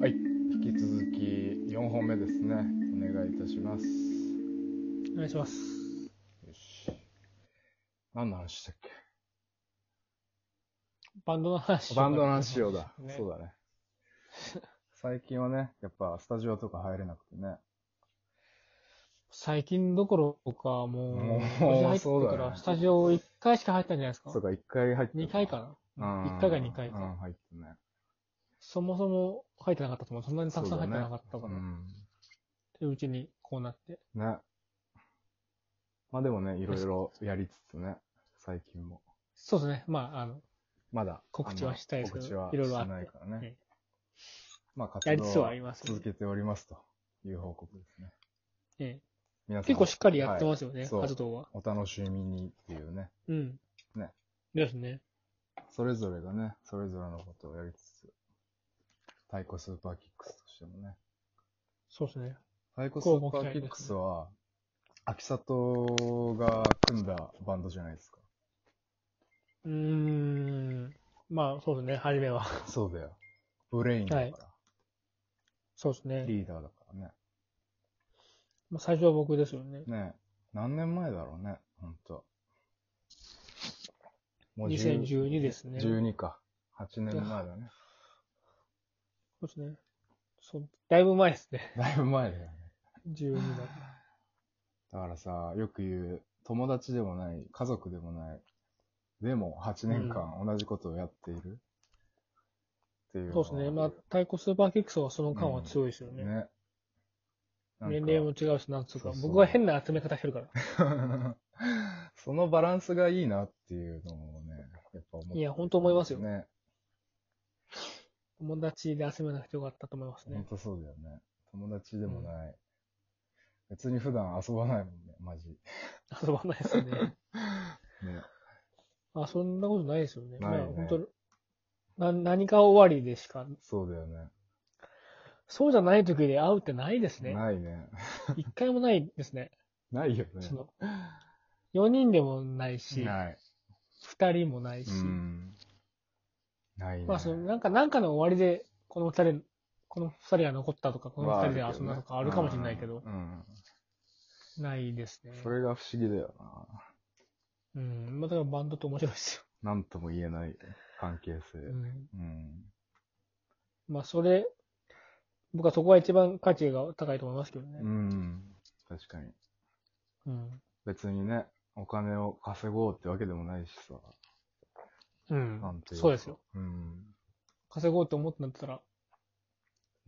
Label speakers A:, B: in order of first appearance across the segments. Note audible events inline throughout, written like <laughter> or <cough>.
A: はい引き続き4本目ですねお願いいたしますよ
B: お願いします。
A: し何の話したっけ
B: バンドの話。
A: バンドの話しようだ、
B: ね
A: そう
B: <laughs>
A: だね最近はねやっぱスタジオとか入れなくてね
B: 最近どころか、もう、
A: もう
B: 今年入って
A: そうだ
B: か
A: ね
B: ら、スタジオ1回しか入ったんじゃないですか
A: そう。か1回入って
B: 2回か
A: う
B: な。
A: ん
B: 1回か2回
A: う
B: か。
A: ん入ってね
B: そもそも入ってなかったと思う。そんなにたくさん入ってなかった
A: う
B: から。
A: ん
B: でうちにこうなって。
A: ねまあでもねいろいろやりつつね最近も
B: そうですね。まあ、あの、
A: まだ
B: 告知はしたいですけど
A: あの告知は
B: いろ
A: し
B: いろあって
A: ないから
B: え
A: ね。まあ、活
B: やりつつ
A: 動
B: はあ
A: は
B: りますね
A: 続けておりますという報告ですね。
B: ええ
A: 皆さん
B: 結構しっかりやってますよ
A: は
B: ね、
A: いそう
B: 活動は。
A: お楽しみにっていうね。
B: うん。
A: ね。
B: ですね。
A: それぞれがね、それぞれのことをやりつつ、太鼓スーパーキックスとしてもね。
B: そうですね。
A: 太鼓スーパーキックスは、秋里が組んだバンドじゃないですか。
B: うーん。まあ、そうですね。初めは。
A: そうだよ。ブレインだから。
B: そうですね。
A: リーダーだからね。
B: まあ最初は僕ですよね。
A: ねえ何年前だろうね、ほんと。もう10
B: 2012ですね。
A: 12か。8年前だね。
B: そうですね。そう、だいぶ前ですね。 <laughs>
A: だいぶ前だよね。
B: 12だと。
A: だからさ、よく言う、友達でもない、家族でもない、でも8年間同じことをやっている、っていうの
B: そう
A: は。
B: ですね。まあ、太鼓スーパーキックスはその感は強いですよね。
A: ね。なんか
B: 年齢も違うし、なんつう
A: そ
B: か
A: うそう
B: 僕は変な集め方してるから。
A: <laughs> そのバランスがいいなっていうのもね、やっぱ思って
B: いや本当思いますよ
A: ね。
B: 友達で集めなくてよかったと思います
A: 本
B: ね。
A: 当そうだよね。友達でもない。別に普段遊ばないもんね、マジ。
B: <laughs> 遊ばないで
A: <laughs>
B: すね。
A: ね。
B: あ、そんなことないですよね。
A: ないね
B: まあ、本当な何か終わりでしか、
A: そうだよね。
B: そうじゃない時で会うってないですね。
A: ないね。
B: 一回もないですね。
A: ないよね
B: そ。の、4人でもないし、
A: ない。
B: 2人もないし
A: う、ん。ないね。
B: まあ、その、なんか、なんかの終わりで、この2人、この2人が残ったとか、この2人で遊んだとかあるかもしれないけど、
A: うん。
B: ないですね。
A: それが不思議だよ
B: うん。まあ、だからバンドって面白いです
A: な。なんとも言えない関係性。
B: よ。うん。
A: うん。
B: まあ、それ、僕はそこが一番価値が高いと思いますけど
A: う
B: ね。
A: ん。確かに。
B: うん。
A: 別にね、お金を稼ごうってわけでもないしさ。
B: うん
A: なんていか
B: そうですよ。。
A: うん。
B: 稼ごうと思ってなったら、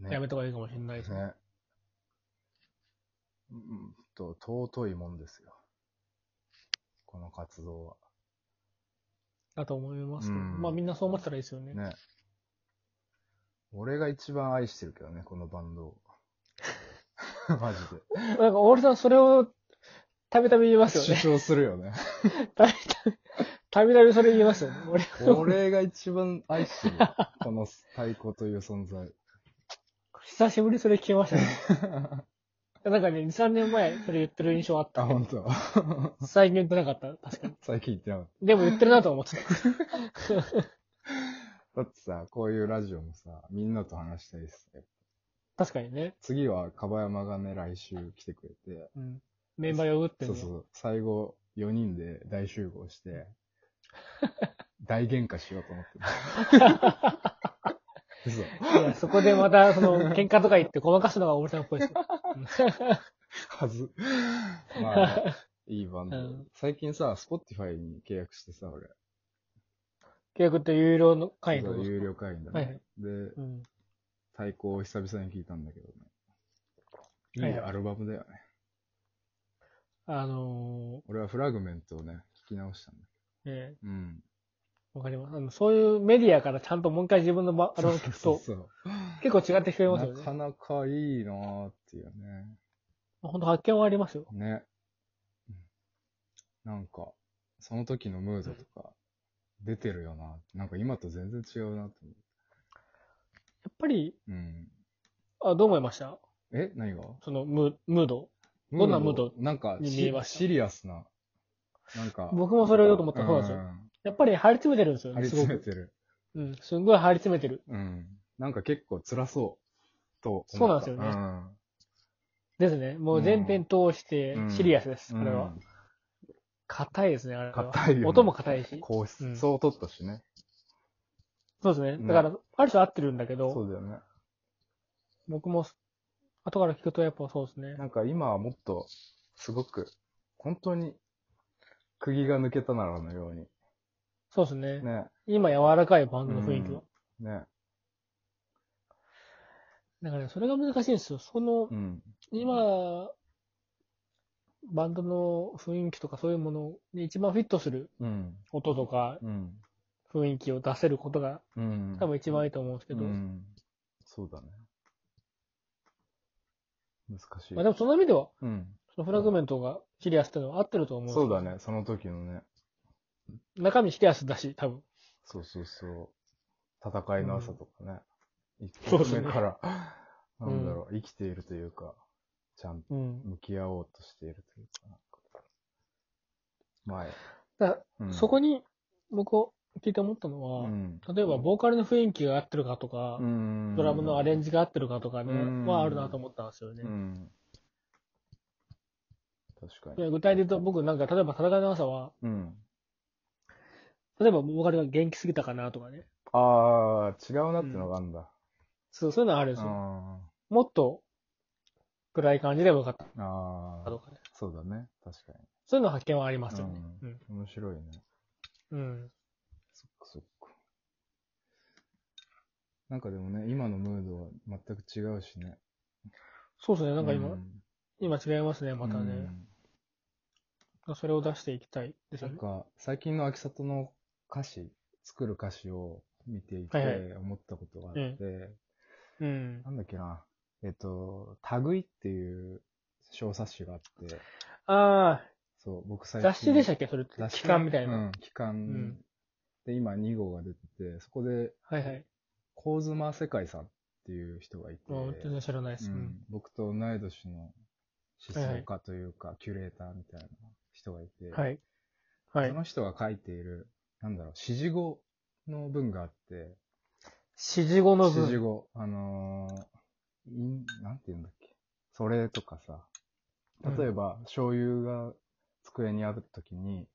A: ね
B: やめた方がいいかもしれないですね。
A: ね。うんと、尊いもんですよ。この活動
B: だと思いますけど。
A: うん
B: まあ、みんなそう思ってたらいいですよね。
A: は。ね。俺が一番愛してるけどね、このバン
B: <laughs>
A: ドを。マジで。
B: なんか、オールさん、それを、たびたび言いますよ
A: 主 <laughs>
B: ね。
A: 張するよね。
B: たびたび、たびたびそれ言いますよね。俺
A: 俺が一番愛してるよ。この太鼓という存在。 <laughs>
B: 久しぶりにそれ聞きましたね。なんかね、2、3年前それ言ってる印象あっ
A: あ、
B: た。
A: 本当。 <laughs>
B: 最近言ってなかった。確かに。
A: 最近言ってなかっ
B: でも言ってるなと思って
A: <laughs>
B: た。
A: た。だってさ、こういうラジオもさ、みんなと話したいですね。
B: 確かにね。
A: 次は、かばやまがね、来週来てくれて、
B: うん。メンバー呼ぶってい
A: そうう
B: の
A: そ
B: は
A: う。最後、4人で大集合
B: <laughs>
A: して、大喧嘩しようと思って
B: <laughs>
A: る。嘘。
B: いや、そこでまた、その、喧嘩とか言ってごまかすのが俺さんっぽいで
A: <laughs>
B: すよ。
A: はず。まあ、いいバンド。
B: うん
A: 最近さ、Spotify に契約してさ、俺。
B: 契約って有料の会員
A: そう
B: の。
A: 有料会員だね。
B: はいはい
A: で、
B: うん。
A: 太鼓を久々に聞いたんだけど
B: は
A: ね。いい
B: いはい
A: アルバムだよね。
B: あの
A: 俺はフラグメントをね、聞き直したんだ
B: ー、ええ
A: けど。うん。
B: わかります。あの、そういうメディアからちゃんともう一回自分のばあれを聞くと、
A: そうそう
B: 結構違って聞こえますよ
A: な
B: ね。
A: かなかいいなーっていうね。
B: 本当発見はありますよ。
A: ね。なんか、その時のムードとか、出てるよな。なんか今と全然違うなと思
B: やっぱり、
A: う。うん。
B: あ、どう思いました
A: え何が
B: その、ムムード。どんなムード
A: なんか
B: に見え
A: シ
B: ま、した
A: シリアスな。なんか。
B: 僕もそれを言おうと思ったそうなんですよ
A: う
B: やっぱり張り詰めてるんですよ
A: ん張
B: ね、
A: り
B: すご
A: 詰め
B: く。
A: てる。
B: うん、すんごい張り詰めてる。
A: うん。なんか結構辛そと思った。
B: そうなんですよね
A: うん
B: ですね。もう全編通して
A: うん
B: シリアスです、あれ
A: う
B: は
A: ん。
B: 硬いですね、あれは。
A: 硬いよね
B: 音も硬いし。
A: こう
B: うん
A: そう取ったしね。
B: そうですね。
A: ね
B: だから、ある種合ってるんだけど、
A: そうだよね。
B: 僕も、後から聞くとやっぱそうですね。
A: なんか今はもっと、すごく、本当に、釘が抜けたならのように。
B: そうですね。
A: ね。
B: 今柔らかいバンドの雰囲気は。
A: ね。
B: だから、ね、それが難しいんですよ。その
A: う、ん。
B: 今、バンドの雰囲気とかそういうものに一番フィットする
A: うん。
B: 音とか
A: うん。
B: 雰囲気を出せることが
A: うん。
B: 多分一番いいと思うんですけど、
A: うん、そうだね。難しい。
B: まあでもその意味では、
A: うん。
B: そのフラグメントがシリアスっていうのは合ってると思うんですよ
A: そうだね、その時のね。
B: 中身シリアスだし、多分。
A: そうそうそう。戦いの朝とかね。一
B: そうで
A: 発
B: すね
A: 目から、なんだろう、生きているというか、ちゃんと
B: うん。
A: 向き合おうとしているというかなんか。前。
B: だから
A: うん、
B: そこに、僕を聞いて思ったの
A: う
B: は、
A: ん、
B: 例えばボーカルの雰囲気が合ってるかとか、
A: うん、
B: ドラムのアレンジが合ってるかとかね、
A: うん
B: はあるなと思ったんですよね。
A: うん。確か
B: い
A: に。
B: や具体で言うと、僕なんか、例えば戦いの朝は、
A: うん。
B: 例えばボーカルが元気すぎたかなとかね。
A: ああ、違うなってのがあるんだ。
B: そうそういうのはあるんですよ。
A: あ
B: もっと暗い感じで分かった
A: ーあ
B: と
A: ー、
B: かね。
A: そうだね。確かに。
B: そういうの発見はありますよね。
A: う
B: うん。
A: 面白いね。
B: うん。
A: そっかそっか。なんかでもね、今のムードは全く違うしね。
B: そうですね。なんか今、
A: う
B: 今違いますね、また
A: う
B: ね。
A: ん
B: それを出していきたいです
A: な
B: よ
A: ん
B: ね。
A: か、最近の秋里の歌詞、作る歌詞を見ていて
B: はい
A: 思ったことがあって、
B: うん。
A: なんだっけな、えっと、類っていう小冊子があって、
B: あ
A: そう、僕
B: あ、
A: 最近。
B: 雑誌でしたっけそれって。
A: 雑誌
B: 期間みたいな。
A: うん、期間、
B: ん
A: で、今2号が出てて、そこで、
B: はいはい。
A: 神妻世界さんっていう人がいて、
B: うん、全然知らないです。
A: う
B: うんん。
A: 僕と同い年の思
B: はいは
A: 想
B: い
A: 家というか、キュレーターみたいな人がいて、
B: はい。はい
A: そ。の人が書いている、なんだろう、指示語の文があって、
B: 指示語の
A: 指示
B: 文。
A: 語、あのーいんなんて言うんだっけ、それとかさ、例えば、醤油が机にあるときに、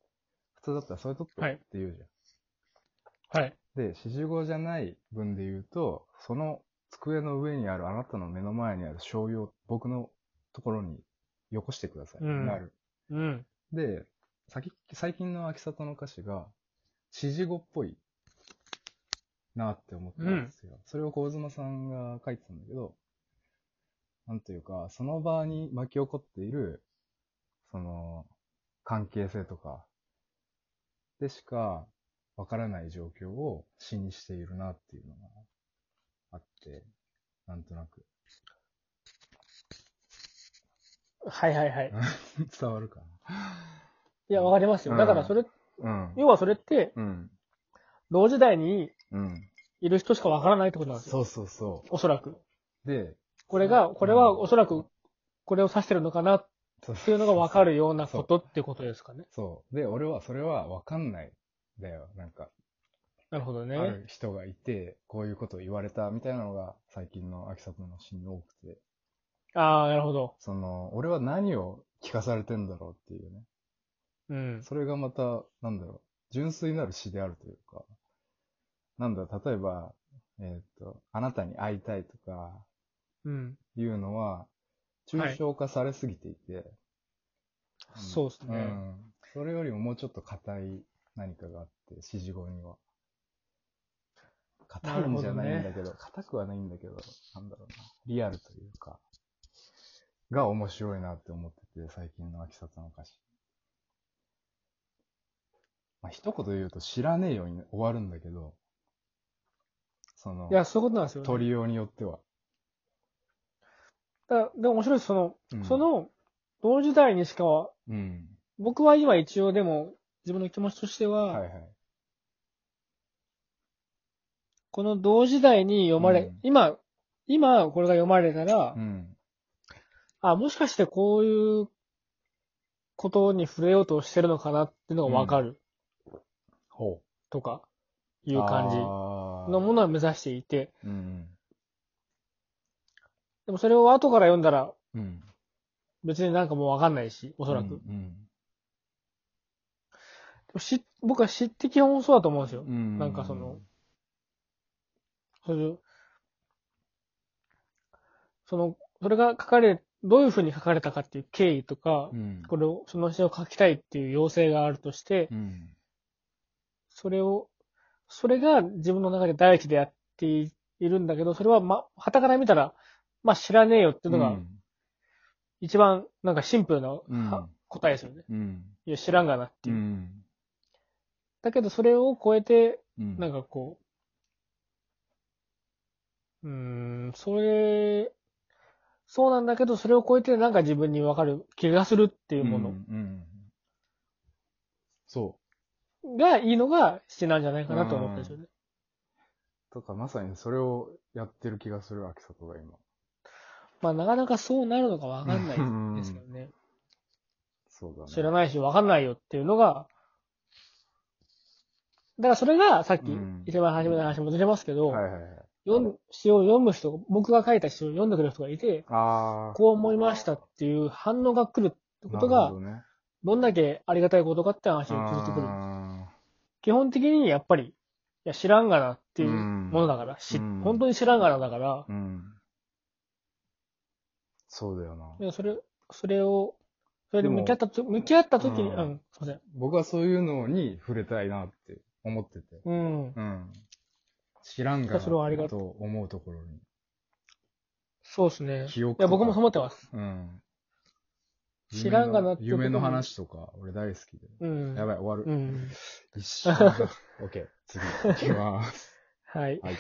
A: 普通だったらそれ取って
B: はい
A: って言うじゃん。
B: はい。
A: で、指示語じゃない文で言うと、その机の上にあるあなたの目の前にある醤油を僕のところによこしてください。
B: うん
A: なる。
B: うん。
A: で、先最近の秋里の歌詞が、指示語っぽいなって思ったんですよ。それを小妻さんが書いてたんだけど、なんというか、その場に巻き起こっている、その、関係性とか、でしかわからない状況を詩にしているなっていうのがあって、なんとなく。 <laughs>
B: はいはいはい。
A: 伝わるか
B: いや、わかりますよ。だからそれ、
A: な。うん。
B: 要はそれって、
A: うん。
B: 同時代に
A: うん。
B: いる人しかわからないってことなんですよ。
A: そうそうそう。
B: おそらく。
A: で、
B: これが、これは
A: うん
B: おそらく、これを指してるのかなっ
A: そう
B: ていうのがわかるようなことってことですかね。
A: そう。で、俺はそれはわかんない。だよ。なんか、
B: なるほど
A: あ
B: ね。
A: る人がいて、こういうことを言われたみたいなのが最近の秋里のシーンに多くて、
B: ああ、なるほど。
A: その、俺は何を聞かされてんだろうっていうね。
B: うん。
A: それがまた、なんだろう、純粋なる詩であるというか、なんだ、例えば、えーっ、と、あなたに会いたいとか
B: うん。
A: いうのは、抽象化されすぎていて、ん
B: そうです
A: う
B: ね。
A: ん。それよりももうちょっと硬い何かがあって、指示語には。硬いんじゃないんだけど、硬、くはないんだけど、なんだろうな。リアルというか、が面白いなって思ってて、最近の秋里の歌詞。まあ、一言で言うと、知らねえよに終わるんだけど、その
B: い、や、そういうことなんですよ、ね。
A: 取りようによっては。
B: だでも面白いです。その、
A: うん
B: そ、の、同時代にしかは、
A: うん。
B: 僕は今一応でも、自分の気持ちとして
A: は
B: は、
A: いはい。
B: この同時代に読まれ、
A: うん
B: 今、今これが読まれたら、
A: うん。
B: あ、もしかしてこういうことに触れようとしてるのかなっていうのがわかる
A: ほ
B: とか、
A: う。
B: いう感じ
A: の
B: のものは目指していて、
A: うん。
B: でもそれを後から読んだら、
A: うん。
B: 別になんかもうわかんないし、お
A: お
B: そら
A: う
B: く。
A: ん。
B: し僕は知って基本そうだと思うんですよ。
A: うん
B: なんかその、そういう、その、それが書かれ、どういうふうに書かれたかっていう経緯とか、
A: うん。
B: これを、その詩を書きたいっていう要請があるとして、
A: うん。
B: それを、それが自分の中で第一でやっているんだけど、それは、ま、旗から見たら、まあ、知らねえよっていうのが、一番、なんかシンプルな、
A: うん
B: は答えですよね。
A: うん。
B: いや、知らんがなって
A: う
B: いう。
A: ん。
B: だけど、それを超えて、
A: うん。
B: なんかこう、うーん、それ、そうなんだけど、それを超えてなんか自分にわかる気がするっていうも
A: うん
B: の
A: うん。そう。
B: がいいのが詩なんじゃないかなと思ったんですよね。
A: とか、まさにそれをやってる気がする、秋里が今。
B: まあなかなかそうなるのかわかんないですけどね。
A: そうだね。
B: 知ら
A: な
B: ないしわかんないよっていうのが、だからそれがさっき
A: うん
B: 一番初めの話も出れますけど、
A: はいはいはい。
B: 読む詩を読む人、僕が書いた詩を読んでくれる人がいて、
A: ああ。
B: こう思いましたっていう反応が来るってことが、
A: なるほどね、
B: どんだけありがたいことかって話を聞いてくる。基本的にやっぱり、いや、知らんがなっていうものだから、し
A: うん
B: 本当に知らんがなだから
A: あー、うん。そうだよな。
B: でそれ、それを、それで
A: でも
B: 向き合ったと、向き合った時に、
A: う
B: うんん、すいません。
A: 僕はそういうのに触れたいなって思ってて。
B: うん。
A: うん。知らんが
B: それはあり
A: な
B: が
A: と思うところに。
B: そうですね。い
A: 記憶とか
B: や、僕もそう思ってます。
A: うん。
B: 知らんがなって
A: 夢の話とか、俺大好きで。
B: うん。
A: やばい、終わ
B: う
A: る。
B: ん。 <laughs>
A: 一瞬。オッケー、次、行きます。
B: はい。
A: はい。